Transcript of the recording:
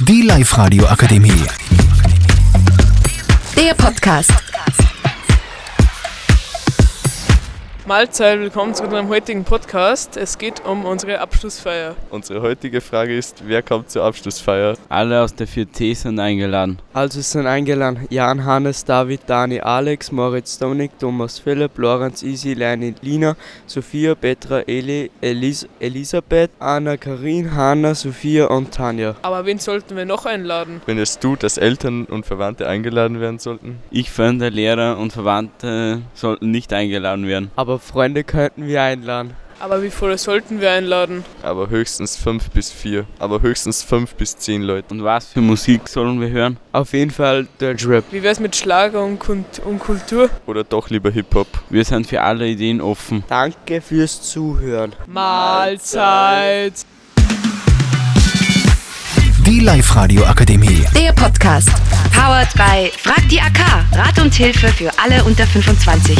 Die Live-Radio Akademie. Der Podcast. Mahlzeit, willkommen zu unserem heutigen Podcast. Es geht um unsere Abschlussfeier. Unsere heutige Frage ist, wer kommt zur Abschlussfeier? Alle aus der 4T sind eingeladen. Also es sind eingeladen Jan, Hannes, David, Dani, Alex, Moritz, Dominik, Thomas, Philipp, Lorenz, Isi, Leini, Lina, Sophia, Petra, Eli, Elis, Elisabeth, Anna, Karin, Hanna, Sophia und Tanja. Aber wen sollten wir noch einladen? Findest du, dass Eltern und Verwandte eingeladen werden sollten? Ich finde, Lehrer und Verwandte sollten nicht eingeladen werden. Aber Freunde könnten wir einladen. Aber wie viele sollten wir einladen? Aber höchstens fünf bis vier. Aber höchstens fünf bis zehn Leute. Und was für Musik sollen wir hören? Auf jeden Fall Deutsch Rap. Wie wär's mit Schlager und, Kult und Kultur? Oder doch lieber Hip-Hop. Wir sind für alle Ideen offen. Danke fürs Zuhören. Mahlzeit! Die Live-Radio Akademie. Der Podcast. Powered by Frag die AK. Rat und Hilfe für alle unter 25.